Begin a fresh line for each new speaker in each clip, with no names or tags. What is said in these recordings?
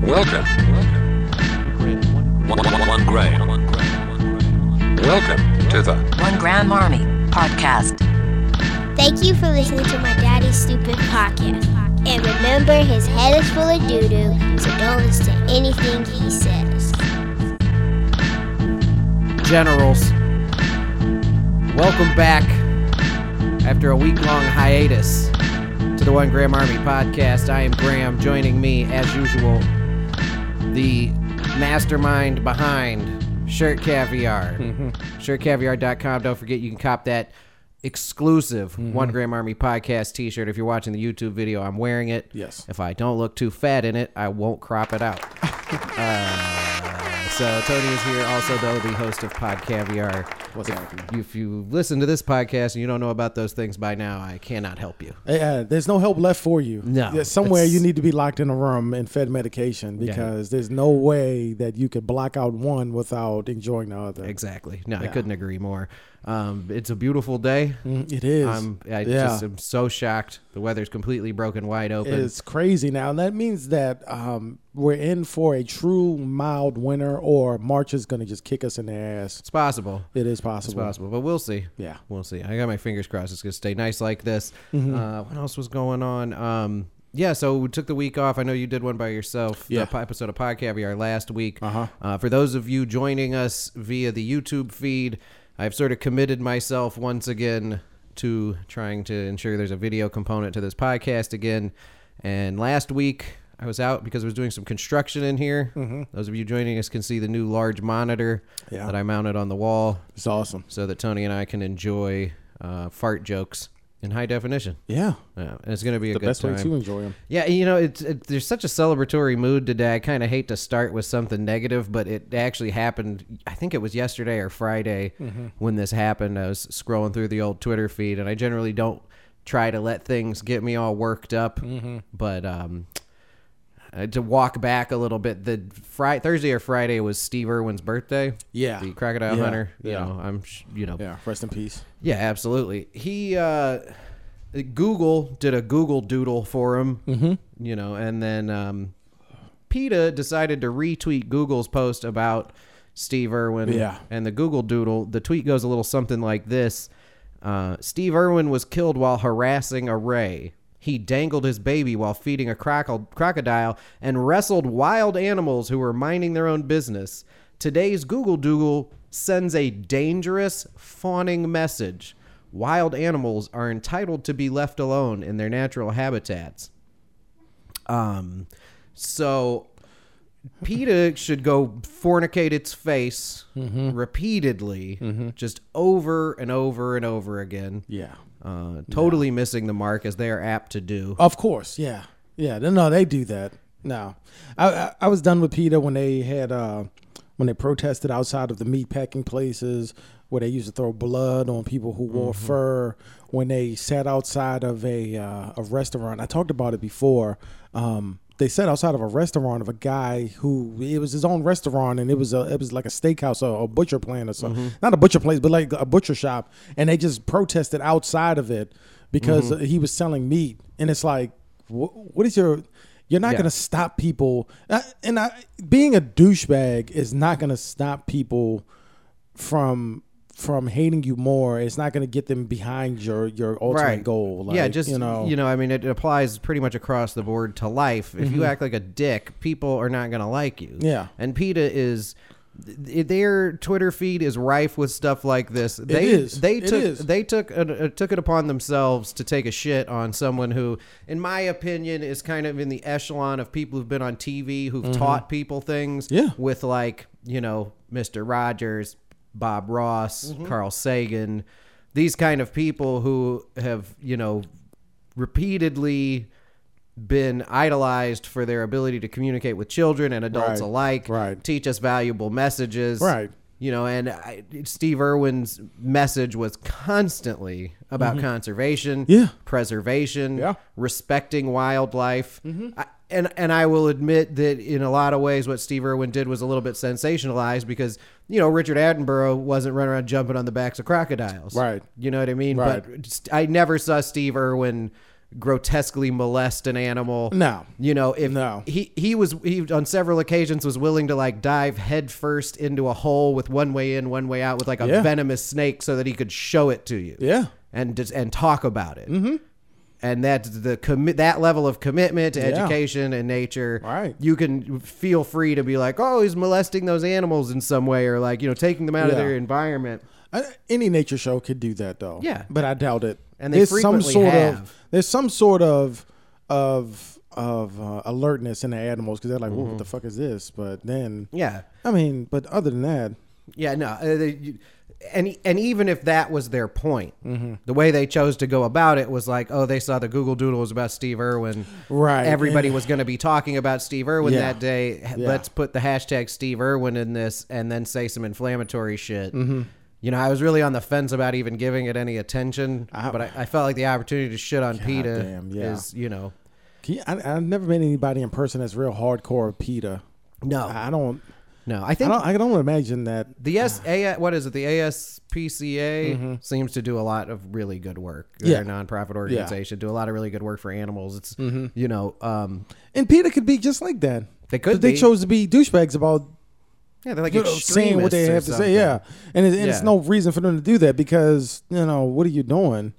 Welcome. One, one, one grain. Welcome to the
One Gram Army Podcast.
Thank you for listening to my daddy's stupid podcast. And remember, his head is full of doo doo, so don't listen to anything he says.
Generals, welcome back after a week long hiatus to the One Graham Army podcast. I am Graham, joining me as usual, the mastermind behind Shirt Caviar. ShirtCaviar.com. Don't forget you can cop that exclusive One Graham Army podcast t shirt. If you're watching the YouTube video, I'm wearing it.
Yes.
If I don't look too fat in it, I won't crop it out. Uh, So Tony is here, also though the host of Pod Caviar.
What's
if,
happening?
If you listen to this podcast and you don't know about those things by now, I cannot help you.
Uh, Yeah, there's no help left for you.
No,
Yeah, somewhere
it's-
you need to be locked in a room and fed medication because there's no way that you could block out one without enjoying the other.
Exactly. No, I
Yeah.
couldn't agree more. Um, it's a beautiful day.
Mm, It is.
I'm, I
yeah.
just am so shocked. The weather's completely broken wide open.
it's crazy now. And that means that um, we're in for a true mild winter, or March is going to just kick us in the ass.
It's possible.
It is
It's
possible.
possible, but we'll see.
Yeah. Mm-hmm.
we'll see. I got my fingers crossed. It's gonna stay nice like this. Uh, what else was going on? Um, yeah, so we took the week off. I know you did one by yourself.
Yeah.
the po- episode of Pod Caviar last week.
Uh-huh.
Uh, for those of you joining us via the YouTube feed, I've sort of committed myself once again to trying to ensure there's a video component to this podcast again. And last week. I was out because I was doing some construction in here. Those of you joining us can see the new large monitor
Mm-hmm. Yeah.
that I mounted on the wall
It's awesome.
so that Tony and I can enjoy uh, fart jokes in high definition.
Yeah.
Yeah, and it's going to be a
The
good
best
time.
way to enjoy them.
yeah, you know, it's it, there's such a celebratory mood today. I kind of hate to start with something negative, but it actually happened. I think it was yesterday or Friday
Mm-hmm.
when this happened. I was scrolling through the old Twitter feed, and I generally don't try to let things get me all worked up,
Mm-hmm.
but um, uh, to walk back a little bit, the Friday, Thursday or Friday was Steve Irwin's birthday.
Yeah.
the crocodile
Yeah,
hunter. You
yeah.
know, I'm sh- you know
Yeah. Rest in peace.
yeah, absolutely. He uh, Google did a Google Doodle for him, mm-hmm. you know, and then um, PETA decided to retweet Google's post about Steve Irwin.
Yeah.
and the Google Doodle. The tweet goes a little something like this: uh, Steve Irwin was killed while harassing a ray. He dangled his baby while feeding a croco- crocodile and wrestled wild animals who were minding their own business. Today's Google Doodle sends a dangerous, fawning message. Wild animals are entitled to be left alone in their natural habitats. Um, so PETA should go fornicate its face
Mm-hmm.
repeatedly, just over and over and over again.
Yeah.
Uh, totally missing the mark as they are apt to do.
Of course, yeah, yeah. th- No, they do that. No, I I, I was done with PETA when they had uh, when they protested outside of the meat packing places where they used to throw blood on people who wore fur. When they sat outside of a uh, a restaurant, I talked about it before. Um, they sat outside of a restaurant of a guy who it was his own restaurant and it was a it was like a steakhouse or a butcher plant or something
Mm-hmm.
not a butcher place but like a butcher shop and they just protested outside of it because
Mm-hmm.
he was selling meat and it's like wh- what is your you're
Yeah.
not going to stop people Uh, and I, being a douchebag is not going to stop people from from hating you more it's not going to get them behind your your ultimate goal like,
yeah, just you know, I mean, it applies pretty much across the board to life. If you act like a dick, people are not going to like you.
Mm-hmm. Yeah.
and PETA is. th- Their Twitter feed is rife with stuff like this. They
is.
they
It
took
is.
they took uh, took it upon themselves to take a shit on someone who, in my opinion, is kind of in the echelon of people who've been on TV who've taught people things.
Mm-hmm. Yeah.
with like you know Mister Rogers, Bob Ross,
Mm-hmm.
Carl Sagan, these kind of people who have you know repeatedly been idolized for their ability to communicate with children and adults
Right,
alike,
right.
teach us valuable messages,
Right.
You know, and I, Steve Irwin's message was constantly about conservation,
Mm-hmm. Yeah.
preservation,
Yeah. Mm-hmm.
respecting wildlife. I, and and I will admit that in a lot of ways, what Steve Irwin did was a little bit sensationalized because you know Richard Attenborough wasn't running around jumping on the backs of crocodiles,
Right.
You know what I mean?
Right.
But st- I never saw Steve Irwin grotesquely molest an animal.
No.
You know, if
No.
he he was he on several occasions was willing to like dive headfirst into a hole with one way in, one way out with like a
Yeah.
venomous snake so that he could show it to you.
Yeah.
And just, and talk about it. Mm-hmm. And that's the commit that level of commitment to
Yeah.
education and nature.
Right.
You can feel free to be like, oh, he's molesting those animals in some way, or like you know taking them out of
Yeah.
their environment.
Uh, any nature show could do that though.
Yeah.
but I doubt it.
And they frequently
sort
have.
of there's some sort of of of uh, alertness in the animals because they're like, "Whoa, what the fuck is this?" But then,
Mm-hmm. Yeah.
I mean, but other than that,
Yeah, no, uh, they, you- and and even if that was their point,
Mm-hmm.
the way they chose to go about it was like, oh, they saw the Google Doodle was about Steve Irwin,
Right,
Everybody
and-
was going to be talking about Steve Irwin
Yeah.
that day. H-
Yeah.
Let's put the hashtag Steve Irwin in this, and then say some inflammatory shit.
Mm-hmm.
You know, I was really on the fence about even giving it any attention, but I, I felt like the opportunity to shit on PETA
damn, yeah.
is, you know,
can you, I, I've never met anybody in person that's real hardcore PETA.
no,
I don't.
no. I
I
think
don't. I don't imagine that.
The S A what is it? The ASPCA seems to do a lot of really good work.
Mm-hmm. Yeah. Mm-hmm.
They're a nonprofit organization. Do a lot of really good work for animals. It's you know, um,
And PETA could be just like that.
They could
But They
be.
chose to be douchebags about
yeah, they're like
you know, saying what they have to say. Yeah, and, it, and it's
Yeah.
no reason for them to do that because you know what are you doing?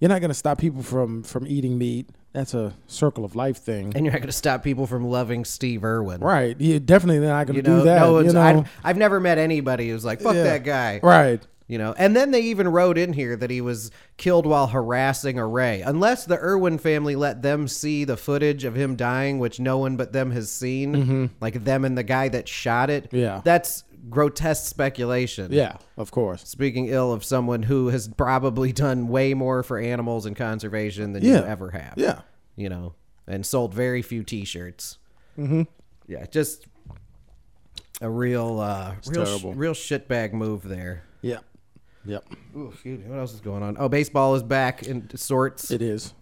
You're not going to stop people from from eating meat. That's a circle of life thing,
and you're not going to stop people from loving Steve Irwin,
right? You're definitely not going
You
to
know,
do that.
no one's,
you know,
I've, I've never met anybody who's like fuck
Yeah.
that guy,
right?
You know, and then they even wrote in here that he was killed while harassing a Ray. Unless the Irwin family let them see the footage of him dying, which no one but them has seen, like them and the guy that shot it.
Mm-hmm. Yeah.
That's grotesque speculation.
Yeah, of course.
Speaking ill of someone who has probably done way more for animals and conservation than
Yeah.
you ever have.
Yeah,
You know, and sold very few t shirts. Mm-hmm. Yeah, just a real, uh, real, sh-
terrible.
real shitbag move there.
yeah, yep.
Ooh, excuse me. Oh, What else is going on? Oh, baseball is back in sorts.
It is.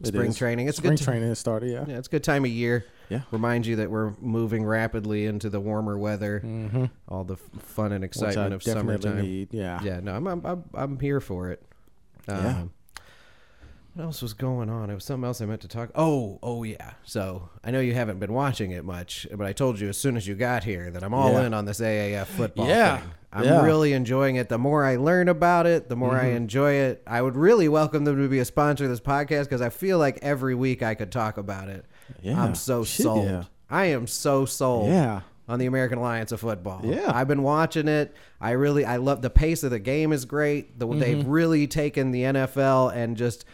It
Spring
is.
training. It's a
spring
good t-
training has started. Yeah.
yeah, it's a good time of year.
Yeah.
Reminds you that we're moving rapidly into the warmer weather. Mm-hmm. All the f- fun and
Which I
excitement of
definitely
summertime.
need. Yeah.
Yeah, Uh-huh. no, I'm I'm I'm, I'm here for it. Um,
Yeah.
What else was going on? It was something else I meant to talk. Oh, oh yeah. So I know you haven't been watching it much, but I told you as soon as you got here that I'm all
Yeah.
in on this AAF football.
Yeah.
thing. I'm
Yeah. Mm-hmm.
really enjoying it. The more I learn about it, the more I enjoy it. I would really welcome them to be a sponsor of this podcast because I feel like every week I could talk about it.
Yeah.
I'm so
Shit,
sold.
yeah.
I am so sold
Yeah.
on the American Alliance of Football.
Yeah.
I've been watching it. I really I love the pace of the game is great. The, They've
Mm-hmm.
really taken the NFL and just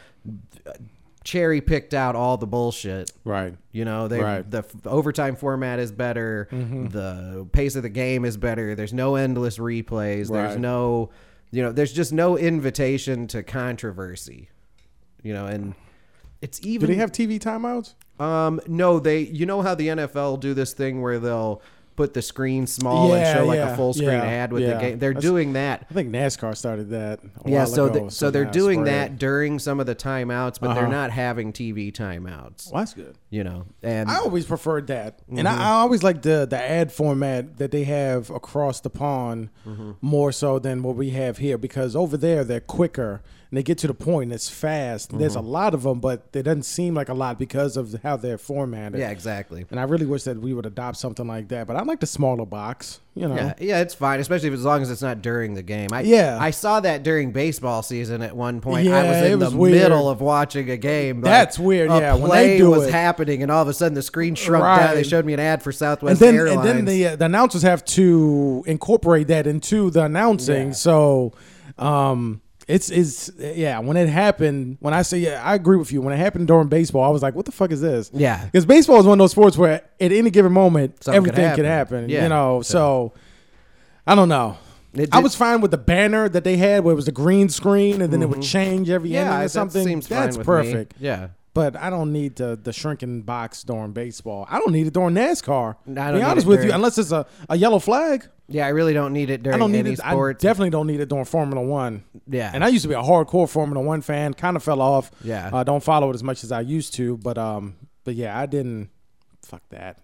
cherry picked out all the bullshit.
Right.
You know, they
Right. Mm-hmm.
the, f- the overtime format is better. The pace of the game is better. There's no endless replays. There's
Right.
no, you know, there's just no invitation to controversy. You know, and it's
Do
even
they have TV timeouts?
um, no, they. You know how the NFL do this thing where they'll put the screen small
Yeah,
and show like
yeah,
a full screen
yeah,
ad with the
yeah.
game. They're
That's-
doing that.
I think NASCAR started that. A
Yeah,
while
so
ago,
th- so they're
now it's
doing
spread.
that during some of the timeouts, but they're
Uh-huh.
not having TV timeouts.
Well, that's good.
You know, and
I always preferred that, and
Mm-hmm.
I, I always like the the ad format that they have across the pond
Mm-hmm.
more so than what we have here because over there they're quicker and they get to the point. It's fast. There's a
Mm-hmm.
lot of them, but it doesn't seem like a lot because of how they're formatted.
yeah, exactly.
And I really wish that we would adopt something like that. But I like the smaller box. You know.
Yeah, yeah, it's fine, especially if, as long as it's not during the game. I,
Yeah.
I saw that during baseball season at one point. I
Yeah,
was
it
in
was
the
weird.
middle of watching a game. like,
That's weird,
a
yeah, when they
play
do
was
it.
happening, and all of a sudden the screen shrunk down. They
Right.
showed me an ad for Southwest
and then
Airlines.
and then the, uh, the announcers have to incorporate that into the announcing. So, um, it's is yeah. When it happened, when I say yeah, I agree with you. When it happened during baseball, I was like, "What the fuck is this?"
Yeah.
because baseball is one of those sports where at any given moment
Something could
everything could
happen.
happen.
Yeah.
you know. So, I don't know.
It
I
did-
was fine with the banner that they had, where it was a green screen, and then it would change every
Mm-hmm. yeah,
inning or
that
something.
seems fine
That's
with me.
perfect.
Yeah.
But I don't need the the shrinking box during baseball. I don't need it during NASCAR.
No, I
be
don't need
honest
it
with you,
during-
unless it's a, a yellow flag.
Yeah, I really don't need it during
I don't need
any
it.
sports.
I definitely don't need it during Formula One.
Yeah.
and I used to be a hardcore Formula One fan. Kind of fell off.
Yeah.
uh, don't follow it as much as I used to. But um, but yeah, I didn't. Fuck that.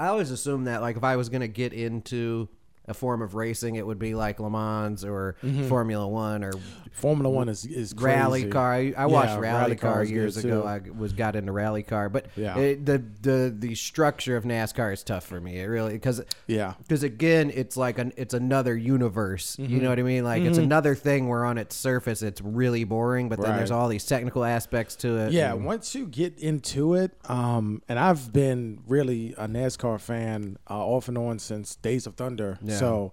I always assumed that, like, if I was going to get into a form of racing, it would be like Le Mans or
Mm-hmm.
Formula One or
Formula One is is crazy.
rally car. I, I watched
Yeah,
rally, car
was good,
years ago.
too.
I was got into rally car, but
Yeah.
it, the the the structure of NASCAR is tough for me. It really because
Yeah.
because again, it's like an it's another universe.
Mm-hmm.
You know what I mean? Like it's another thing where on its surface it's really boring, but then there's
Right.
all these technical aspects to it.
Yeah,
and-
once you get into it, um, and I've been really a NASCAR fan uh, off and on since Days of Thunder. So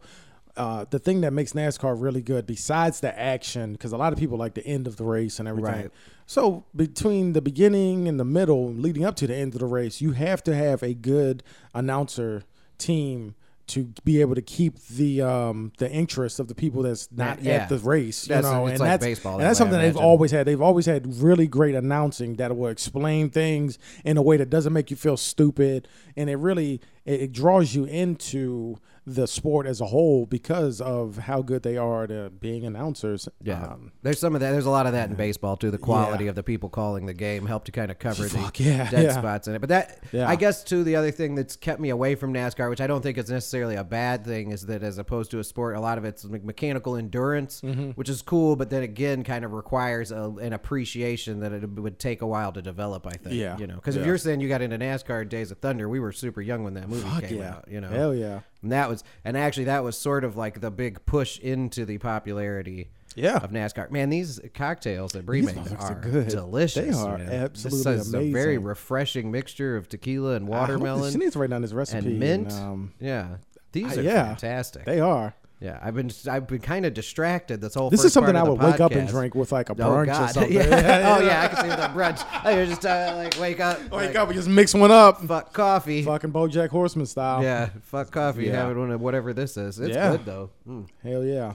uh, the thing that makes NASCAR really good, besides the action, because a lot of people like the end of the race and everything.
Right.
So between the beginning and the middle, leading up to the end of the race, you have to have a good announcer team. To be able to keep the um, the interest of the people that's not
Yeah.
at the race, you
That's-
know,
it's
and
like
that's
baseball
and
that
that's
way, I
something they've
imagine.
always had. They've always had really great announcing that will explain things in a way that doesn't make you feel stupid, and it really it, it draws you into the sport as a whole because of how good they are at uh, being announcers.
Yeah,
Um,
there's some of that. There's a lot of that in baseball too. The quality
Yeah.
of the people calling the game helped to kind of cover the
Fuck, yeah,
dead
yeah.
spots in it. But that,
Yeah.
I guess, too, the other thing that's kept me away from NASCAR, which I don't think is necessarily a bad thing, is that as opposed to a sport, a lot of it's me- mechanical endurance,
Mm-hmm.
which is cool, but then again, kind of requires a, an appreciation that it would take a while to develop. I think.
Yeah.
You know, because if
Yeah.
you're saying you got into NASCAR in Days of Thunder, we were super young when that movie came
yeah.
out. You know.
Hell yeah.
And that was, and actually, that was sort of like the big push into the popularity.
Yeah.
Of NASCAR, man, these cocktails that Brie makes
motherfuckers
are
are good.
delicious.
They are
man.
absolutely
this is a very
amazing.
refreshing mixture of tequila and
I hope that-
watermelon
She needs to write down this recipe
and mint.
um,
yeah, these
I-
are
yeah,
fantastic.
they are.
yeah, I've been I've been kind of distracted this whole.
This
first
is something I
part of
would
the
wake up and
podcast.
drink with like a
Oh
brunch or
God!
something.
yeah. Oh yeah, I can see the brunch. I was just uh, like wake up,
Wake
like,
up and just mix one up,
fuck coffee.
fucking BoJack Horseman style.
Yeah, fuck coffee.
Yeah.
Have it one of whatever this is. It's
Yeah.
good though. Mm.
Hell yeah.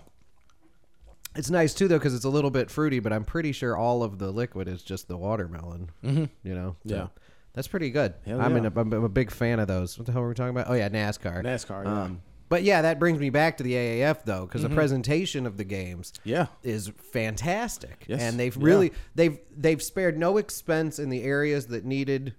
It's nice too though because it's a little bit fruity, but I'm pretty sure all of the liquid is just the watermelon. Mm-hmm. You know. So,
Yeah.
That's pretty good.
Hell
I'm,
yeah.
in a, I'm I'm a big fan of those. What the hell were we talking about? Oh yeah, NASCAR. Um,
NASCAR, yeah. Mm-hmm.
but yeah, that brings me back to the AAF though, because the presentation of the games,
Yeah.
is fantastic,
Yes.
and they've
Yeah.
really they've they've spared no expense in the areas that needed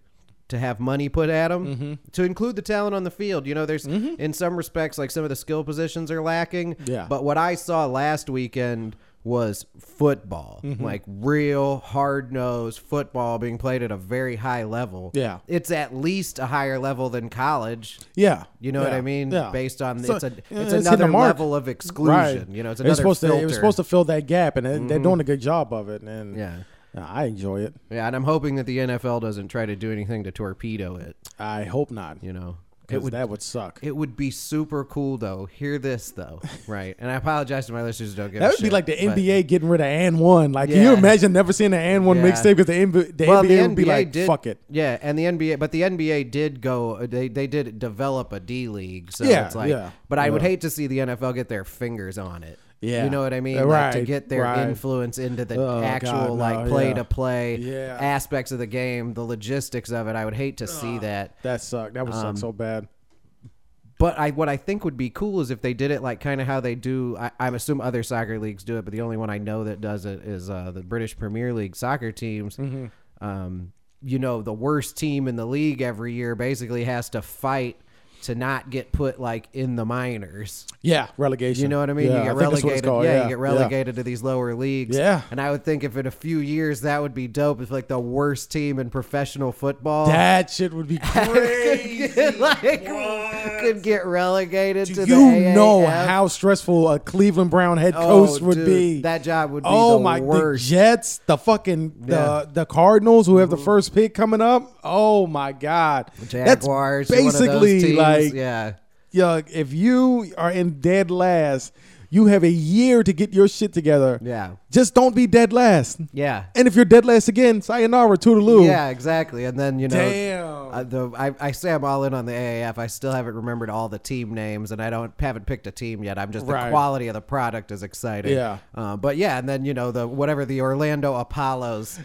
to have money put at them
Mm-hmm.
to include the talent on the field. You know, there's in some respects like some of the skill positions are lacking.
Yeah.
But what I saw last weekend was football,
Mm-hmm.
like real hard nosed football being played at a very high level.
Yeah.
It's at least a higher level than college.
Yeah,
You know what
yeah,
I mean?
yeah.
Based on
So,
it's a it's,
yeah, hitting
another
the mark.
level of exclusion. You know, it's
It was
another
supposed
filter. Mm-hmm.
to it was supposed to fill that gap, and they- they're doing a good job of it. And
Yeah.
uh, I enjoy it.
Yeah, and I'm hoping that the NFL doesn't try to do anything to torpedo it.
I hope not.
You know,
Because that would suck.
it would be super cool though. Hear this though, right? And I apologize to my listeners. who Don't give
that
a
would be
shit,
like the
but-
NBA getting rid of and one. Like, can
Yeah.
you imagine never seeing the and one
Yeah.
mixtape? Because the, NBA the
Well,
NBA
the NBA
would be like,
did,
fuck it.
Yeah, and the NBA, but the NBA did go. They they did develop a D league. So
Yeah,
it's like,
yeah,
but I would
yeah.
hate to see the NFL get their fingers on it.
Yeah.
you know what I mean.
Uh,
Like, to
right,
get their
right.
influence into the
Oh,
actual
God, no,
like play
yeah.
to play
Yeah.
aspects of the game, the logistics of it. I would hate to see that.
That sucked. That would
Um,
suck so bad.
But I what I think would be cool is if they did it like kind of how they do. I, I assume other soccer leagues do it, but the only one I know that does it is uh, the British Premier League soccer teams.
Mm-hmm.
Um, you know, the worst team in the league every year basically has to fight to not get put like in the minors.
Yeah, relegation.
You know what I mean?
Yeah,
you get
I think that's what
relegated.
it's called,
yeah,
yeah,
you get relegated to these lower leagues.
Yeah.
And I would think if in a few years that would be dope if like the worst team in professional football
That shit would be crazy.
could get, like could get relegated to the
you know
AAF.
how stressful a Cleveland Brown head
Oh,
coach would
dude,
be.
That job would be
oh
the
my
worst.
the Jets, the fucking the
Yeah. Mm-hmm.
the Cardinals who have the first pick coming up. Oh my god,
Jaguars,
That's
you're one of those
basically
teams.
like
yeah.
yeah, if you are in dead last, you have a year to get your shit together.
Yeah.
just don't be dead last.
Yeah.
And if you're dead last again, sayonara, toodaloo.
Yeah, exactly. And then you know,
Damn.
uh, the I, I say I'm all in on the AAF. I still haven't remembered all the team names, and I don't haven't picked a team yet. I'm just the
Right.
quality of the product is exciting.
Yeah.
Uh, but yeah, and then you know the whatever the Orlando Apollos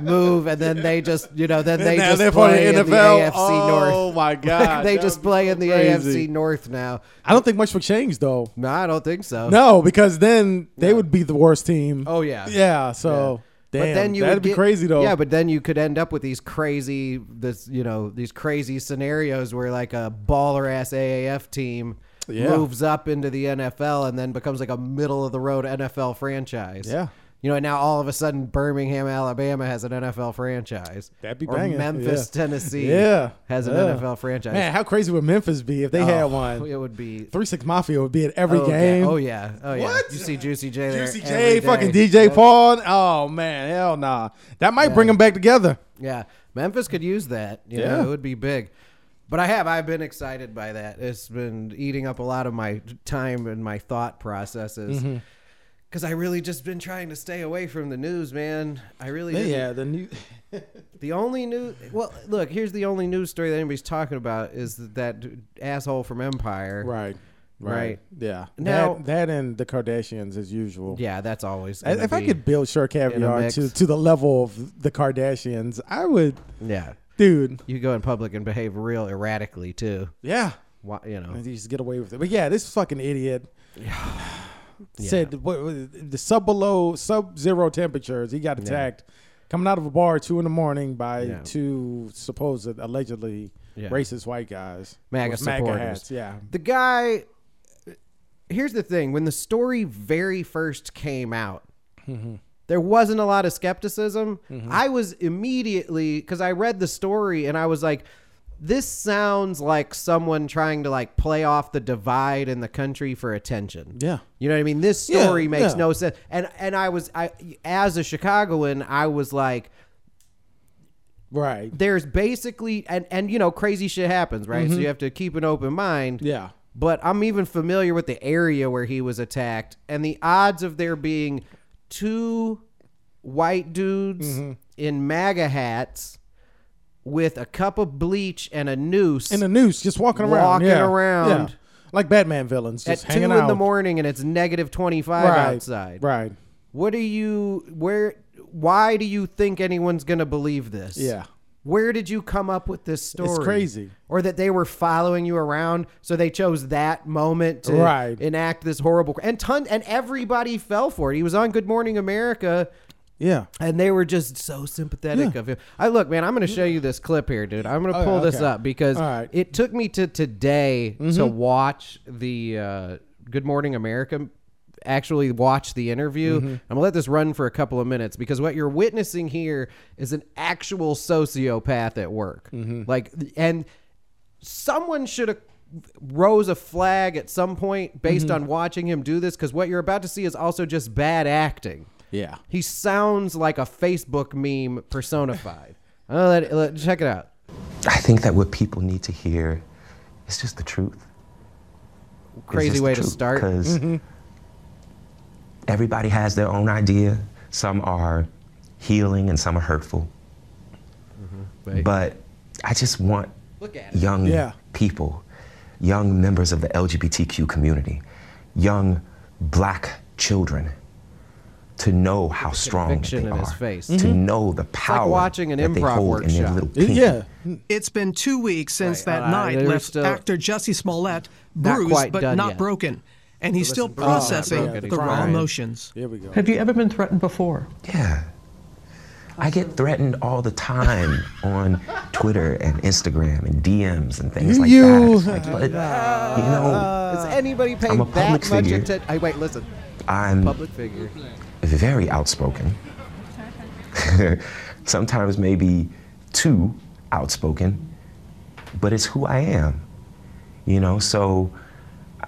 move, and then they just you know then they
now
just
they're part of
play in
the
the
NFL.
AFC North.
Oh, my God.
they
That
just
would be
play in the
crazy.
AFC North now.
I don't think much would change though.
No, I don't think so.
No, because then they would be the worst team.
Oh, yeah.
yeah. So damn,
but then you
that'd
would
be
get-
crazy though.
Yeah, but then you could end up with these crazy, this you know, these crazy scenarios where like a baller ass AAF team
Yeah.
moves up into the NFL and then becomes like a middle of the road NFL franchise.
Yeah.
You know, and now all of a sudden Birmingham, Alabama has an NFL franchise.
That'd be
Or
banging.
Memphis,
Yeah.
Tennessee
Yeah.
has an
Yeah.
NFL franchise.
Man, how crazy would Memphis be if they had
Oh,
one?
It would be
Three Six Mafia would be at every
oh,
game.
Yeah. Oh yeah. Oh yeah.
What?
You see Juicy J there.
Juicy
every
J,
day.
fucking DJ Paul. Oh man, hell nah. That might bring them back together.
Yeah, Memphis could use that. You
Yeah.
know, it would be big. But I have I've been excited by that. It's been eating up a lot of my time and my thought processes.
Mm-hmm.
Cause I really just been trying to stay away from the news, man. I really didn't.
Yeah, the new.
The only news, well, look, here's the only news story that anybody's talking about is that, that asshole from Empire.
right,
Right.
Yeah.
Now-
that, that and the Kardashians as usual.
Yeah, that's always.
I-
gonna
If I
be-
could build Sure Caviar
mix.
to to the level of the Kardashians, I would,
yeah,
dude.
you go in public and behave real erratically too.
Yeah.
Why, you know,
You just get away with it. But yeah, this fucking idiot said what, what- the sub below sub zero temperatures. He got attacked coming out of a bar at two in the morning by
Yeah.
two supposed allegedly
Yeah.
racist white guys.
MAGA
with
supporters.
hats. Yeah.
The guy. Here's the thing: when the story very first came out, there wasn't a lot of skepticism. I was immediately because I read the story and I was like, "This sounds like someone trying to like play off the divide in the country for attention."
Yeah.
you know what I mean. This
Yeah,
story makes
yeah.
no sense. And and I was I as a Chicagoan, I was like,
Right.
"There's basically and and you know crazy shit happens, right?
Mm-hmm.
So you have to keep an open mind."
Yeah.
but I'm even familiar with the area where he was attacked and the odds of there being two white dudes
Mm-hmm.
in MAGA hats with a cup of bleach and a noose
In the noose, just walking around.
Walking
yeah.
around.
Yeah. Like Batman villains,
at
just
two
hanging
in
out.
the morning and it's negative 25
right.
outside.
Right.
What do you, where, why do you think anyone's going to believe this?
Yeah.
Where did you come up with this story?
crazy.
Or that they were following you around, so they chose that moment to
Right.
enact this horrible and ton and everybody fell for it. He was on Good Morning America
Yeah.
and they were just so sympathetic of him. I look, man, I'm going to show you this clip here, dude. I'm going to
yeah,
pull this
Oh, okay.
up because
All right. Mm-hmm.
it took me to today to watch the uh, Good Morning America. Actually, watch the interview.
Mm-hmm.
I'm gonna let this run for a couple of minutes because what you're witnessing here is an actual sociopath at work.
Mm-hmm.
Like, and someone should have rose a flag at some point based on watching him do this because what you're about to see is also just bad acting.
Yeah.
He sounds like a Facebook meme personified. Oh, let, let- check it out.
I think that what people need to hear is just the truth.
Crazy way to start. Mm-hmm.
Because everybody has their own idea. Some are healing and some are hurtful.
Mm-hmm. Right.
But I just want
Look at it.
young
Yeah.
people, young members of the LGBTQ community, young black children to know how strong
conviction
they
in
are.
his face. Mm-hmm.
To know the
like
power
watching an
that they
improv
hold in their
workshop.
little
It-
pinky.
yeah.
It's been two weeks since
Right,
that
uh,
night
they're
left
still-
actor Jesse Smollett
Not quite
bruised but
done
not
yet.
broken, and he's still
broken, not
processing
broken, he's
the raw
crying.
emotions.
Here we go.
Have you ever been threatened before?
Yeah. I get threatened all the time on Twitter and Instagram and DMs and things
Do
like that.
you?
It's like, but, you know,
Is anybody paying
I'm a
that
public
much
figure. Mm.
attention? Hey, wait, listen.
I'm
Public figure.
very outspoken. Sometimes maybe too outspoken, but it's who I am. You know, so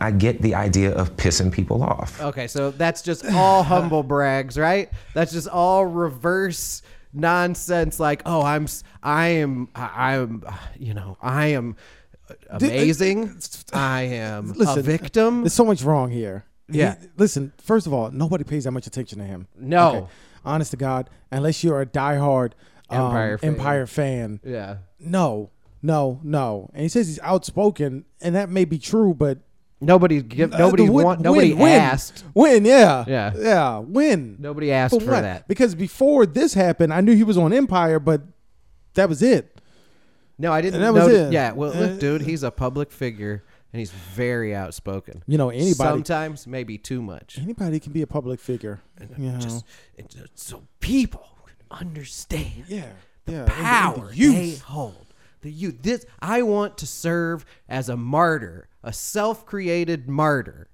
I get the idea of pissing people off.
Okay, so that's just all humble brags, right? That's just all reverse nonsense. Like, oh, I'm, s- I am, I am, you know, I am
uh,
amazing. I am a victim.
There's so much wrong here.
Yeah.
He- listen, first of all, nobody pays that much attention to him.
No.
Honest to God, unless you're a diehard um,
Empire
Empire,
fan.
fan.
Yeah.
No, no, no. And he says he's outspoken, and that may be true, but.
Nobody, give,
uh,
nobody,
the win-
want, nobody
win, win.
asked.
Win, yeah.
Yeah.
Yeah, win.
Nobody asked for
what?
that.
Because before this happened, I knew he was on Empire, but that was it.
No, I didn't.
And that was
notice-
it.
Yeah, well, look,
Uh,
dude, he's a public figure and he's very outspoken.
You know, anybody-
sometimes maybe too much.
Anybody can be a public figure. You know.
Just it- so people can understand.
yeah. Yeah.
the power
The
they
youth.
hold. The youth. This I want to serve as a martyr. a self-created martyr.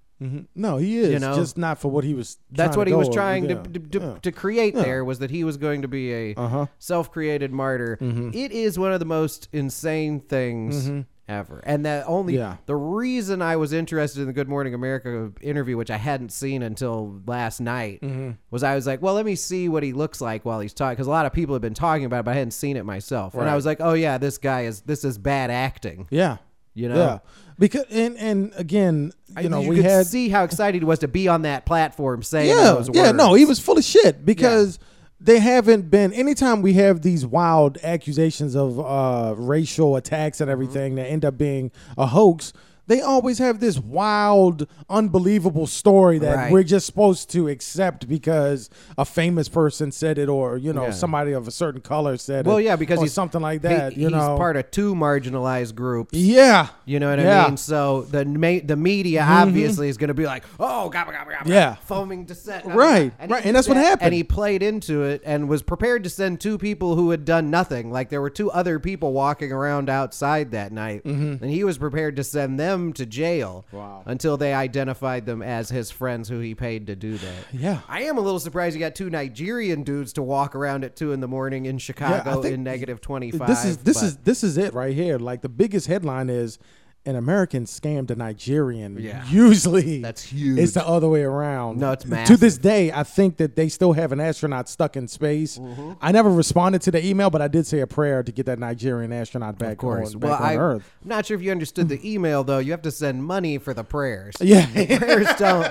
No, he is.
You know?
just not for what he was.
That's
trying
what
to
he was
go-
trying
yeah,
to to,
yeah. Uh-huh.
to create there was that he was going to be a self-created martyr.
Mm-hmm.
It is one of the most insane things ever. And that only
Yeah.
the reason I was interested in the Good Morning America interview which I hadn't seen until last night
Mm-hmm.
was I was like, well, let me see what he looks like while he's talking cuz a lot of people have been talking about it but I hadn't seen it myself. And I was like, oh yeah, this guy is this is bad acting.
Yeah,
You know?
Yeah, because and and again, you know,
you
we
could
had
see how excited he was to be on that platform saying
yeah,
those words.
yeah. No, he was full of shit because they haven't been. Anytime we have these wild accusations of uh, racial attacks
Mm-hmm.
and everything that end up being a hoax, they always have this wild, unbelievable story that
Right.
we're just supposed to accept because a famous person said it, or you know, somebody of a certain color said it.
Well, yeah, because
or
he's
something like
he-
that. you
he's
know,
part of two marginalized groups.
yeah.
You know what
Yeah. Mm-hmm.
I mean? So the ma- the media obviously is going to be like, oh, gobble, gobble, gobble,
Yeah.
foaming dissent,
Right,
he
right, and
did
that's what
that,
happened.
And he played into it and was prepared to send two people who had done nothing. Like there were two other people walking around outside that night,
Mm-hmm.
and he was prepared to send them to jail until they identified them as his friends who he paid to do that.
Yeah.
I am a little surprised you got two Nigerian dudes to walk around at two in the morning in Chicago
think
in negative twenty five.
This is this is this is it right here. Like the biggest headline is an American scammed a Nigerian.
Yeah.
Usually
That's huge.
It's the other way around.
No, it's
To
massive.
this day, I think that they still have an astronaut stuck in space.
Mm-hmm.
I never responded to the email, but I did say a prayer to get that Nigerian astronaut back, on, back
well,
on
I,
Earth.
am not sure if you understood the email though. You have to send money for the prayers.
Yeah.
prayers don't.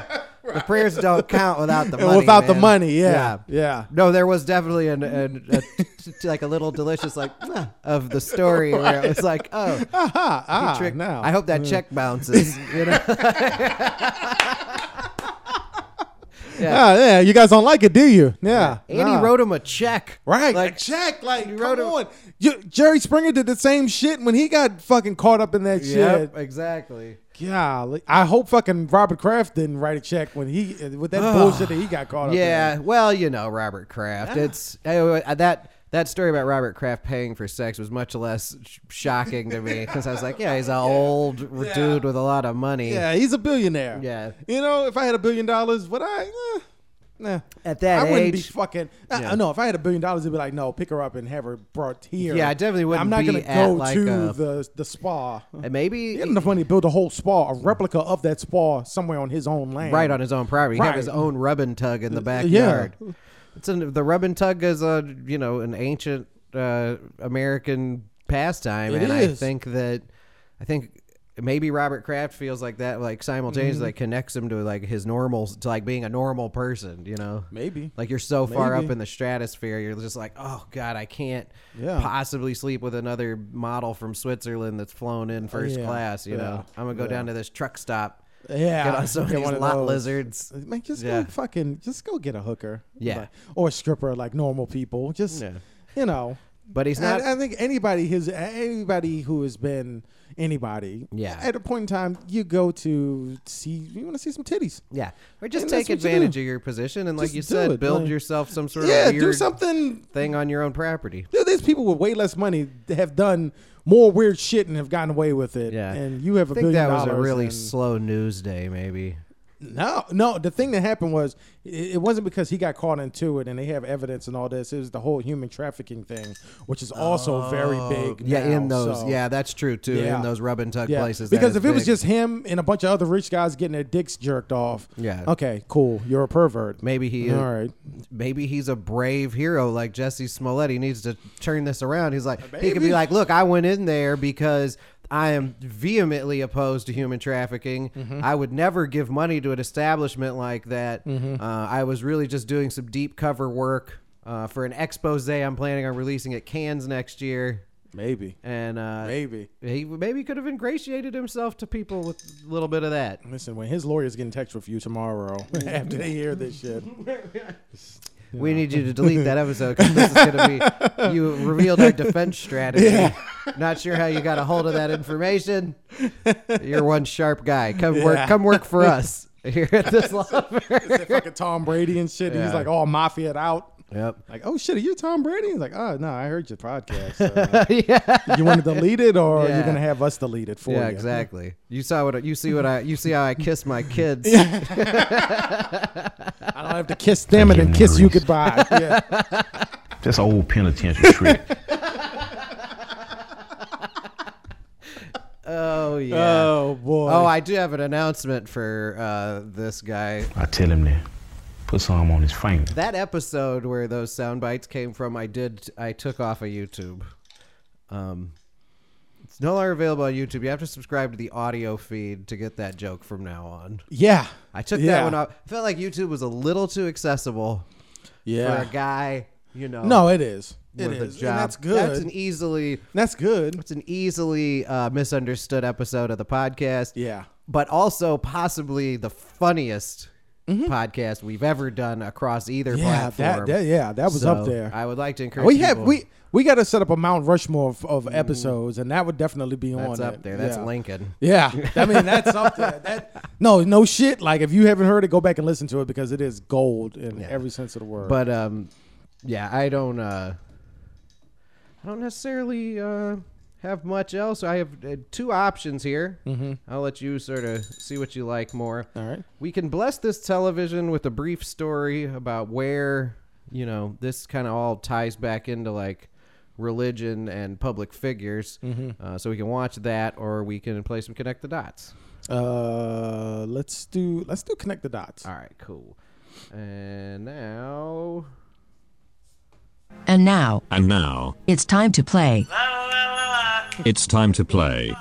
The prayers don't count without the
And
money.
without the
man.
money, yeah, yeah.
No, there was definitely an, an a, t- t- like a little delicious like "Ah," of the story where it was like, oh,
Aha, ah,
trick.
now.
I hope that check bounces. You know,
Ah, yeah, you guys don't like it, do you? Yeah.
and he
nah.
wrote him a check.
Right,
Like,
a check. Like, come
wrote a-
on. You, Jerry Springer did the same shit when he got fucking caught up in that shit.
Yep, exactly.
Golly, I hope fucking Robert Kraft didn't write a check when he with that bullshit that he got caught up.
Yeah,
in.
well, you know Robert Kraft. It's I- I- that that story about Robert Kraft paying for sex was much less sh- shocking to me because I was like, yeah, he's an old r- dude with a lot of money.
yeah, he's a billionaire.
Yeah.
you know, if I had a billion dollars, would I? Eh, nah,
At that
I wouldn't be
age-
fucking. I- I know if I had a billion dollars, it'd be like, no, pick her up and have her brought here.
Yeah, I definitely wouldn't
I'm not
be
gonna
at,
go
like, uh,
to
a-
the the spa.
And maybe
He had enough money to build a whole spa, a replica of that spa somewhere on his own land.
right on his own property, he have his
Right.
own rub and tug in the
yeah.
backyard. It's an, the rub and tug is a you know an ancient uh, American pastime,
It
and I
is.
think that I think maybe Robert Kraft feels like that, like
Mm-hmm.
simultaneously like, connects him to like his normal to like being a normal person, you know?
Maybe.
like you're so far up
Maybe.
in the stratosphere, you're just like, oh god, I can't
Yeah.
possibly sleep with another model from Switzerland that's flown in first
yeah.
class. You know,
Yeah.
I'm gonna go down to this truck stop.
Yeah,
get on some of
get
these
one of
lot
those.
lizards.
Man, just
Yeah.
go fucking, just go get a hooker.
Yeah.
Like- or a stripper like normal people. Just,
Yeah.
you know.
But he's
I-
not.
I, think anybody his anybody who has been anybody.
Yeah.
At a point in time, you go to see. You want to see some titties.
Yeah, or just
And
take
that's what you
advantage
do.
of your position and, like
Just
you
do
said,
it,
build
like-
yourself some sort
yeah.
of weird
Do something.
thing on your own property.
Dude, These people with way less money have done more weird shit and have gotten away with it.
Yeah,
And you have a
I think
billion
that was a
dollars
really
and-
slow news day, maybe.
No, no. The thing that happened was it, it wasn't because he got caught into it, and they have evidence and all this. It was the whole human trafficking thing, which is also very big.
Oh, Yeah, in
now,
those.
so-
Yeah, that's true too.
Yeah.
In those rub and tug
yeah.
places. that
Because
is
if it was
big.
just him and a bunch of other rich guys getting their dicks jerked off,
Yeah.
okay, cool. You're a pervert.
maybe he,
All right.
maybe he's a brave hero like Jesse Smollett. He needs to turn this around. He's like, he could be like, look, I went in there because. I am vehemently opposed to human trafficking. I would never give money to an establishment like that. Uh, I was really just doing some deep cover work uh, for an expose I'm planning on releasing at Cannes next year.
Maybe.
And uh,
Maybe.
he maybe could have ingratiated himself to people with a little bit of that.
Listen, when his lawyer's getting text with you tomorrow after they hear this shit,
We need you to delete that episode because this is going to be you revealed our defense strategy. Not sure how you got a hold of that information. You're one sharp guy. Come work. Come work for us here at this lover.
fucking Tom Brady and shit,
Yeah.
he's like all mafia out.
Yep.
Like, oh shit, are you Tom Brady? He's like, oh no, I heard your podcast. So, You want to delete it, or
Yeah.
you're gonna have us delete it for you?
Yeah, exactly. You saw what I- you see what I you see how I kiss my kids.
I don't have to kiss them and
you,
then kiss you
Maurice.
goodbye. Yeah.
That's an old penitential trick.
Oh yeah.
Oh boy.
oh, I do have an announcement for uh, this guy.
I tell him to put some on his finger.
That episode where those sound bites came from, I did I took off of YouTube. Um, it's no longer available on YouTube. You have to subscribe to the audio feed to get that joke from now on.
yeah.
I took
Yeah.
that one off. I felt like YouTube was a little too accessible
Yeah.
for a guy, you know,
no, it is. It
with a
is.
job.
And that's good.
That's an e- easily
That's good.
It's an easily uh, misunderstood episode of the podcast.
Yeah.
But also possibly the funniest podcast we've ever done across either
Mm-hmm. Yeah,
platform.
that, that yeah, that was up
So
there.
I would like to encourage
we have
people-
we we got to set up a Mount Rushmore of, of episodes, and that would definitely be on.
That's
it.
up there. That's
yeah.
Lincoln.
Yeah, I mean that's up there. That no, no shit. Like if you haven't heard it, go back and listen to it because it is gold in every sense of the word.
But um yeah, I don't uh I don't necessarily uh have much else. I have uh, two options here. Mm-hmm. I'll let you sort of see what you like more.
All right.
We can bless this television with a brief story about where, you know, this kind of all ties back into like religion and public figures.
Mm-hmm.
Uh, so we can watch that or we can play some Connect the Dots.
uh, let's do let's do connect the dots.
All right, cool. And now.
And now,
And now,
it's time to play
it's time to play.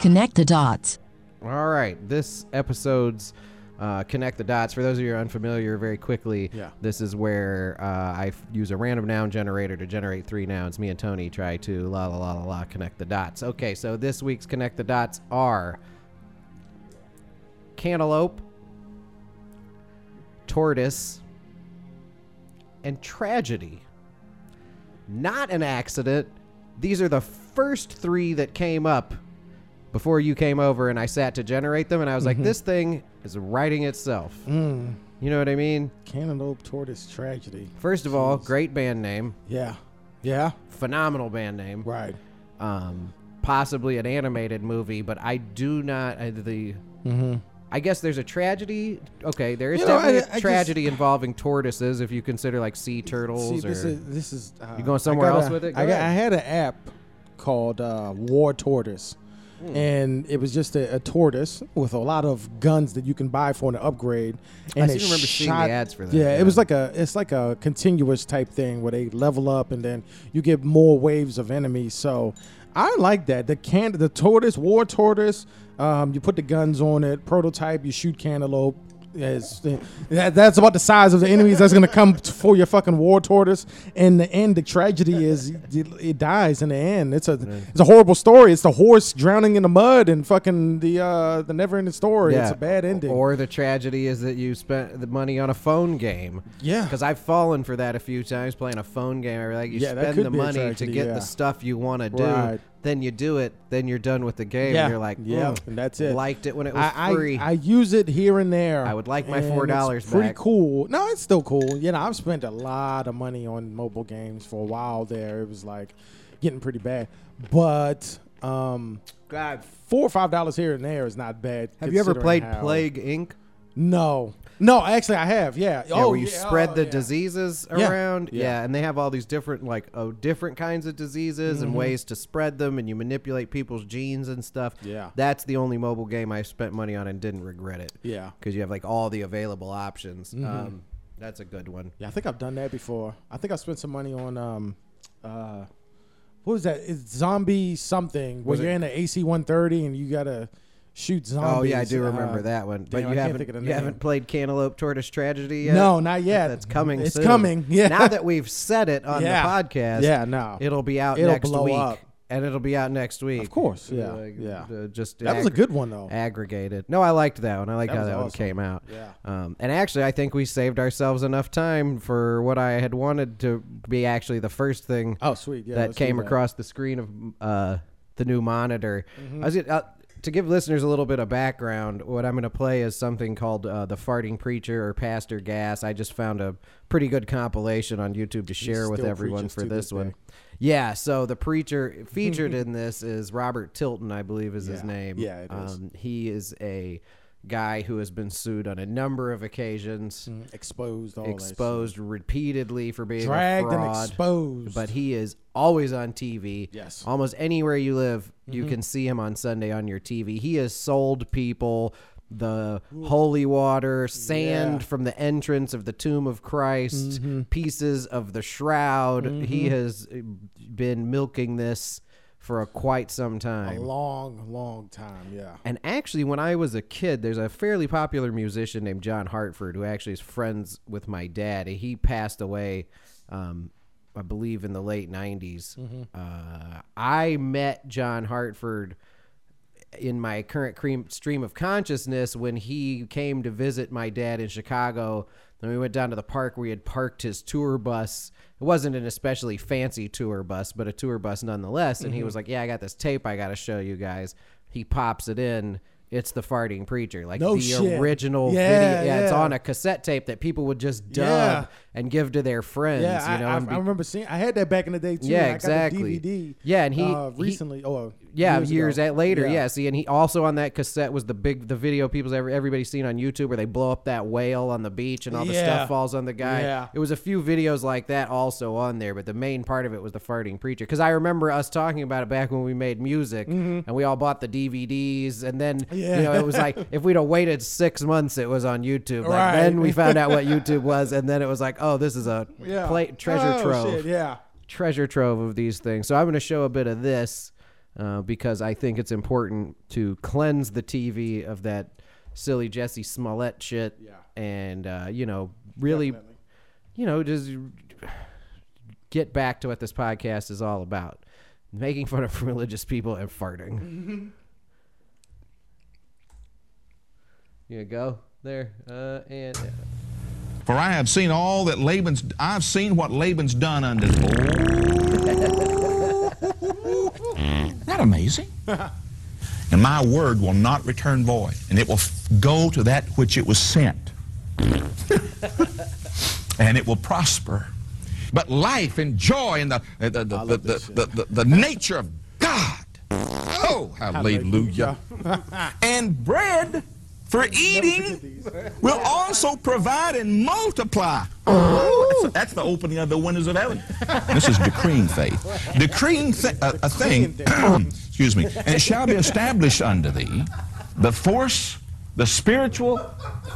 Connect the Dots.
All right, this episode's uh, connect the dots. For those of you who are unfamiliar, very quickly,
Yeah.
this is where uh, I f- use a random noun generator to generate three nouns. Me and Tony try to la la la la la connect the dots. Okay, so this week's connect the dots are cantaloupe, tortoise, and tragedy. Not an accident. These are the first three that came up before you came over and I sat to generate them and I was
Mm-hmm.
like, this thing is writing itself.
Mm.
You know what I mean?
Cantaloupe tortoise tragedy.
First of all, great band name,
Yeah, yeah,
phenomenal band name.
right.
Um, possibly an animated movie, but I do not I, the. I guess there's a tragedy. Okay, there is
Mm-hmm. You know,
definitely
I- I
a
just-
tragedy involving tortoises if you consider like sea turtles
See,
or
this is this is. Uh,
You going
I
somewhere
got
else
a-
with it? Go
I, got,
ahead.
I had an app called uh, War Tortoise,
Hmm.
and it was just a, a tortoise with a lot of guns that you can buy for an upgrade. And
seem
it
to remember seeing the
shot-
ads for that,
Yeah,
yeah.
it was like a it's like a continuous type thing where they level up and then you get more waves of enemies. So I like that the can the tortoise War Tortoise. Um, you put the guns on it. Prototype. You shoot cantaloupe. Yes, that, that's about the size of the enemies that's gonna come t- for your fucking war tortoise. And the end, the tragedy is it, it dies in the end. It's a it's a horrible story. It's the horse drowning in the mud and fucking the uh the never ending story. It's a bad ending.
Or the tragedy is that you spent the money on a phone game.
Yeah.
Because I've fallen for that a few times playing a phone game. Where, like you
Yeah, that
spend
could
the
be a
money to
tragedy,
get
yeah.
the stuff you want to do,
Right.
then you do it, then you're done with the game.
Yeah,
And you're like,
yeah,
"Mm,
and that's it.
Liked it when it was
I,
free.
I, I use it here and there.
I would like my
and it's
$4
Pretty
back.
cool. No, it's still cool. You know, I've spent a lot of money on mobile games for a while. There, it was like getting pretty bad, but um.
God.
Four or five dollars here and there is not bad.
Have you ever
considering
played
how-
Plague Inc?
No, no. Actually, I have. Yeah.
Yeah, where you
yeah,
spread
oh,
the
yeah.
diseases
Yeah.
around. Yeah.
Yeah.
and they have all these different like oh different kinds of diseases and
Mm-hmm.
ways to spread them, and you manipulate people's genes and stuff.
Yeah.
that's the only mobile game I spent money on and didn't regret it.
Yeah. Mm-hmm.
because you have like all the available options. Um, that's a good one.
Yeah, I think I've done that before. I think I spent some money on um, uh, what was that? It's zombie something where you're in an AC 130 and you gotta shoot zombies.
Oh yeah, I do remember
Uh,
that one. But
damn, I
you
can't
haven't
think of the
you
name.
haven't played Cantaloupe Tortoise Tragedy yet.
No, not yet.
That's coming.
It's
soon.
coming, yeah.
Now that we've said it on
Yeah.
the podcast.
Yeah, no.
It'll be out
It'll
next
blow
week.
up.
And it'll be out next week.
Of course,
Uh,
yeah,
like,
yeah.
uh, just
That was a
aggr-
good one, though.
Aggregated. No, I liked that one. I like
That
how
was
that one
awesome.
came out.
Yeah.
Um, and actually, I think we saved ourselves enough time for what I had wanted to be actually the first thing
Oh, sweet. Yeah,
that
let's do
came
that. Mm-hmm.
across the screen of uh, the new monitor. I was gonna- uh, to give listeners a little bit of background, what I'm going to play is something called uh, "The Farting Preacher" or "Pastor Gas." I just found a pretty good compilation on YouTube to share with
still
everyone
preaches
for
to
this
this
one.
day.
Yeah, so the preacher featured in this is Robert Tilton, I believe is his
Yeah.
name.
Yeah, it is.
Um, he is a guy who has been sued on a number of occasions,
Exposed Mm. all
exposed repeatedly for being a
that. shit. Dragged and
fraud
exposed.
but he is always on TV.
Yes. Mm-hmm.
Almost anywhere you live, you can see him on Sunday on your TV. He has sold people the holy water, sand from the entrance of the tomb of Christ,
Mm-hmm.
pieces of the shroud. He has uh, been milking this for a, quite some
a
time.
long, long time. Yeah.
And actually, when I was a kid, there's a fairly popular musician named John Hartford who actually is friends with my dad. He passed away, um, I believe, in the late 90s. Uh, I met John Hartford in my current cream, stream of consciousness when he came to visit my dad in Chicago. Then we went down to the park where he had parked his tour bus. It wasn't an especially fancy tour bus, but a tour bus nonetheless. And he
Mm-hmm.
was like, "Yeah, I got this tape I got to show you guys." He pops it in. It's the farting preacher, like
No
the
shit.
original
Yeah,
video. Yeah, it's
yeah.
on a cassette tape that people would just dub
Yeah.
and give to their friends.
Yeah, I-
you know,
I,
and be-
I remember seeing. I had that back in the day too.
Yeah,
I got the
exactly.
DVD.
Yeah, and he-
uh,
he-
recently. oh,
Yeah,
years,
years,
ago.
at later. Yeah. see, and he also on that cassette was the big the video people's ever everybody's seen on YouTube where they blow up that whale on the beach and all the
Yeah.
stuff falls on the guy.
Yeah.
It was a few videos like that also on there, but the main part of it was the farting preacher because I remember us talking about it back when we made music and we all bought the DVDs and then you
Mm-hmm. Yeah.
know it was like if we'd have waited six months it was on YouTube. Like
Right.
then we found out what YouTube was and then it was like oh this is a
Yeah.
play, treasure
Oh,
trove
shit, yeah.
treasure trove of these things. So I'm going to show a bit of this uh, because I think it's important to cleanse the TV of that silly Jesse Smollett shit. Yeah. And, uh, you know, really, you know, just get back to what this podcast is all about making fun of religious people and farting. you go there. Uh, and.
For I have seen all that Laban's, I've seen what Laban's done unto.
Mm.
Isn't that amazing? and my word will not return void, and it will f- go to that which it was sent, and it will prosper. But life and joy and the uh, the the, the, the, the, the, the nature of God. Oh, hallelujah! and bread for eating will also provide and multiply. That's, that's the opening of the windows of heaven. This is decreeing faith. Decreeing th- a, a thing, excuse me, and it shall be established unto thee the force, the spiritual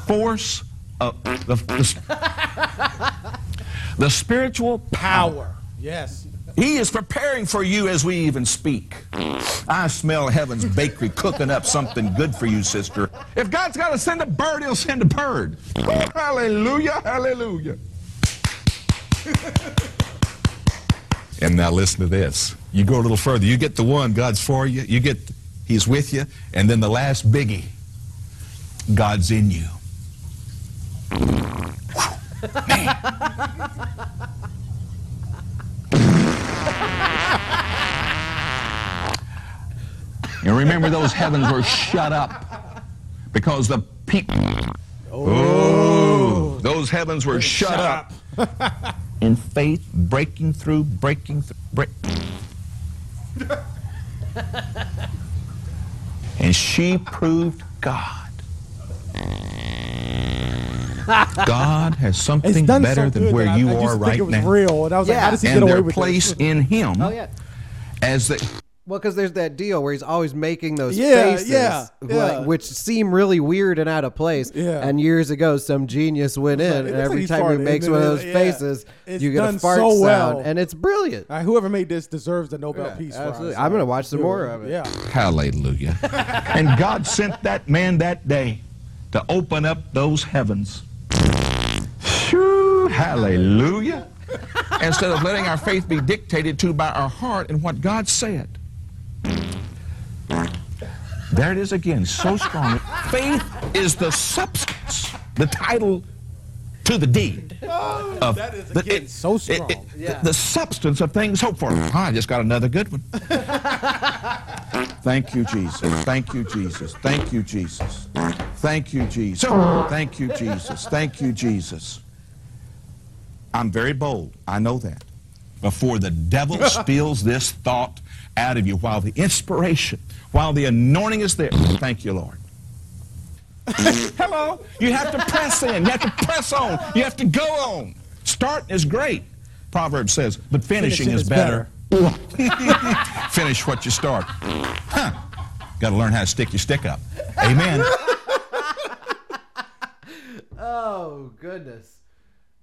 force of the, the, the spiritual power.
Yes.
He is preparing for you as we even speak. I smell heaven's bakery cooking up something good for you, sister. If God's got to send a bird, he'll send a bird. Hallelujah, hallelujah. and now listen to this. You go a little further. You get the one, God's for you. You get, he's with you. And then the last biggie, God's in you. And remember, those heavens were shut up because the people. Oh. Those heavens were shut, up. In faith, breaking through, breaking through, break. and she proved God. God has
It's
something
done
better
so
than
good
where
that I-
you
I just
are
think
right
it was
now,
real, and I was like,
Yeah.
how does he
and
get away
their
with
place
this?
in Him
Oh, yeah.
as the.
Well, because there's that deal where he's always making those
Yeah,
faces,
yeah,
like-
yeah.
which seem really weird and out of place.
Yeah.
And years ago, some genius went in,
it
and
looks
every
like he
time he
farted,
makes
and
one of those
then, yeah.
faces,
It's
you get a
done
fart
so
sound,
well.
and it's brilliant.
All right, whoever made this deserves the Nobel
Yeah,
Peace
absolutely.
Prize.
I'm gonna watch some more of it.
Yeah.
Hallelujah. and God sent that man that day to open up those heavens. Shoo, hallelujah. Instead of letting our faith be dictated to by our heart and what God said. There it is again, so strong. Faith is the substance, the title to the deed. of
Oh, that is,
the-
again, so strong. Mm.
the- the substance of things hoped for. I just got another good one. Thank you, Jesus. Thank you, Jesus. Thank you, Jesus. Thank you, Jesus. Thank you, Jesus. Thank you, Jesus. I'm very bold. I know that. Before the devil spills this thought out of you, while the inspiration, while the anointing is there, thank you, Lord. Hello. You have to press in. You have to press on. You have to go on. Starting is great. Proverbs says, but finishing, is, better. Finish what you start. Huh. Got to learn how to stick your stick up. Amen.
Oh goodness.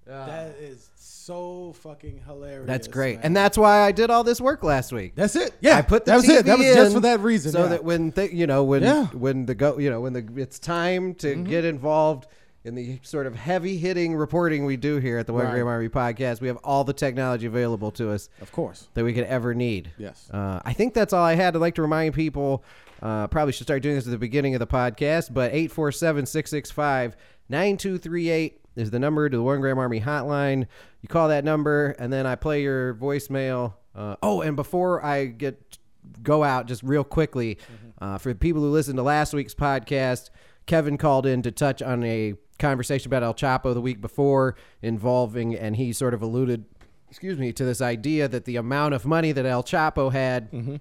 That is so fucking hilarious.
That's great.
man.
And that's why I did all this work last week.
that's it. Yeah,
I put the
that was
TV
it. That was just
in
for that reason.
so
yeah.
that when th- you know when
Yeah. Mm-hmm.
when the go you know when the it's time to get involved in the sort of heavy hitting reporting we do here at the One
Right.
Gram Army podcast, we have all the technology available to us
of course.
that we could ever need.
Yes.
Uh, I think that's all I had. I'd like to remind people, uh, probably should start doing this at the beginning of the podcast, but 847 665 9238 is the number to the One Gram Army hotline. You call that number, and then I play your voicemail. Uh, oh, and before I get go out, just real quickly, uh, for people who listened to last week's podcast, Kevin called in to touch on a conversation about El Chapo the week before involving, and he sort of alluded excuse me, to this idea that the amount of money that El Chapo had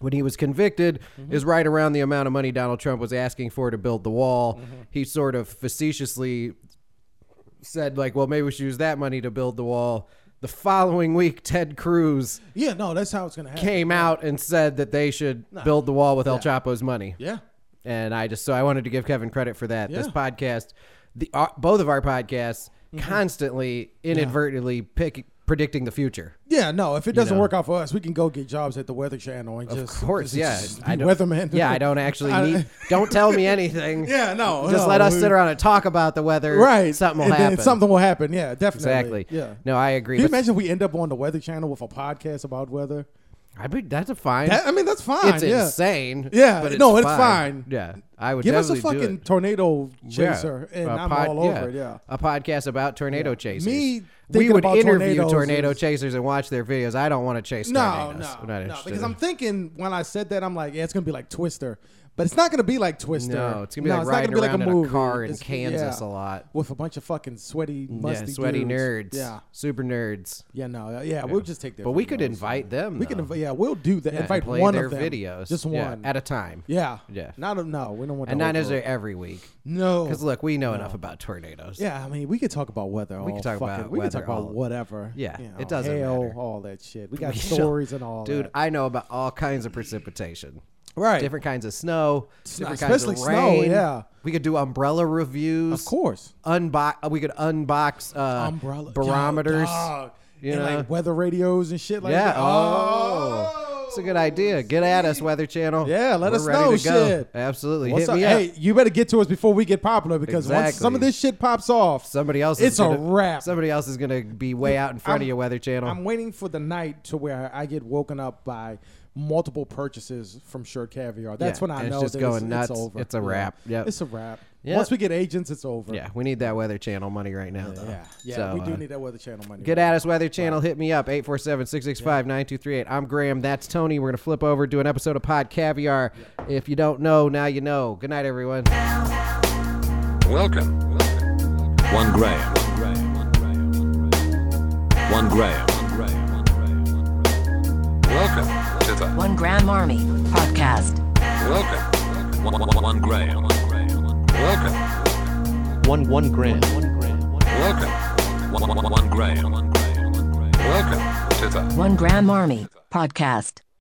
when he was convicted is right around the amount of money Donald Trump was asking for to build the wall. He sort of facetiously said, like, well, maybe we should use that money to build the wall. The following week, Ted Cruz
Yeah, no, that's how it's gonna happen.
came out and said that they should build the wall with El Chapo's money.
Yeah.
And I just so I wanted to give Kevin credit for that. This podcast, the uh, both of our podcasts,
Mm-hmm.
constantly inadvertently pick predicting the future.
Yeah, no. If it doesn't work out for us, we can go get jobs at the Weather Channel and just,
Of course,
just,
yeah.
just
I
be
don't-
weatherman.
Yeah, I don't actually
I-
need. Don't tell me anything.
Yeah, no,
Just
no,
let us
we-
sit around and talk about the weather.
Right,
Something will
and then
happen.
Something will happen. Yeah, definitely.
Exactly.
Yeah.
No, I agree.
Can you
but-
imagine if we end up on the Weather Channel with a podcast about weather?
I mean, that's a fine.
That- I mean, that's fine.
it's
yeah.
insane.
Yeah,
But it's
no, it's fine.
Yeah. I would
Give us a
definitely do
fucking
it.
tornado
Yeah.
chaser, and
A
I'm
pod-
all over it. Yeah.
A podcast about tornado chasers.
Me
we
thinking
would
about
interview
tornadoes
tornado
is-
chasers and watch their videos. I don't want to chase
No,
tornadoes.
no,
I'm not
no.
interested
Because
in-
I'm thinking when I said that, I'm like, yeah, it's gonna be like Twister, but it's not gonna be like Twister.
No, it's gonna be like
it's not
riding
gonna be like
around
a
in a
movie.
car in
It's-
Kansas
yeah,
a lot.
with a bunch of fucking sweaty, musty,
yeah, sweaty
dudes.
nerds.
Yeah,
Super nerds.
yeah, no, yeah, We'll just take their.
But we could
videos.
invite them.
We can
though.
invite. Yeah, we'll do that.
Yeah, and
invite
play
one
their
of them.
videos.
Just
yeah,
one
at a time.
Yeah.
Yeah.
Not a, no. We don't want.
And
the
not
whole
necessarily
world.
every week.
No.
Because look, we know enough about tornadoes.
Yeah, I mean, we could talk about weather.
We
all
could talk
fucking-
about
We could talk
weather
about
all-
whatever.
Yeah,
you know,
it doesn't
hail,
matter.
all that shit. We got
We shall-
stories and all.
Dude,
that.
I know about all kinds of precipitation.
Right.
Different kinds of snow. Different kinds
especially
of
snow,
rain.
yeah.
We could do umbrella reviews.
of course.
Unbox. uh, We could unbox uh,
umbrella
barometers.
Yo, dog.
you
and
know?
like weather radios and shit like
yeah.
that.
Oh. It's a good idea. Get at us, Weather Channel.
Yeah, let
We're
us
ready
know
to go.
shit.
Absolutely.
What's
Hit
up?
me up.
Hey, you better get to us before we get popular because once
Exactly.
some of this shit pops off,
Somebody else.
it's
is gonna,
a wrap.
Somebody else is gonna be way out in front
I'm-
of your Weather Channel.
I'm waiting for the night to where I get woken up by multiple purchases from Shirt Caviar. That's
Yeah,
when I
and it's
know
just
that
going
it's,
nuts.
it's over.
It's a wrap. Yep.
It's a wrap.
Yeah.
Once we get agents, it's over.
yeah, we need that Weather Channel money right now, though.
Yeah. Yeah.
So,
we do
uh,
need that Weather Channel money.
Get at us, Weather Channel. Hit me up, 847 665 9238. I'm Graham. That's Tony. We're going to flip over, do an episode of Pod Caviar. If you don't know, now you know. Good night, everyone.
Welcome. One Graham. One Graham. Welcome to the
One Gram Army Podcast.
Welcome. One, one, one Graham. Welcome.
One one gram.
Welcome. One, one, one Graham. Welcome to the
One Gram Army Podcast.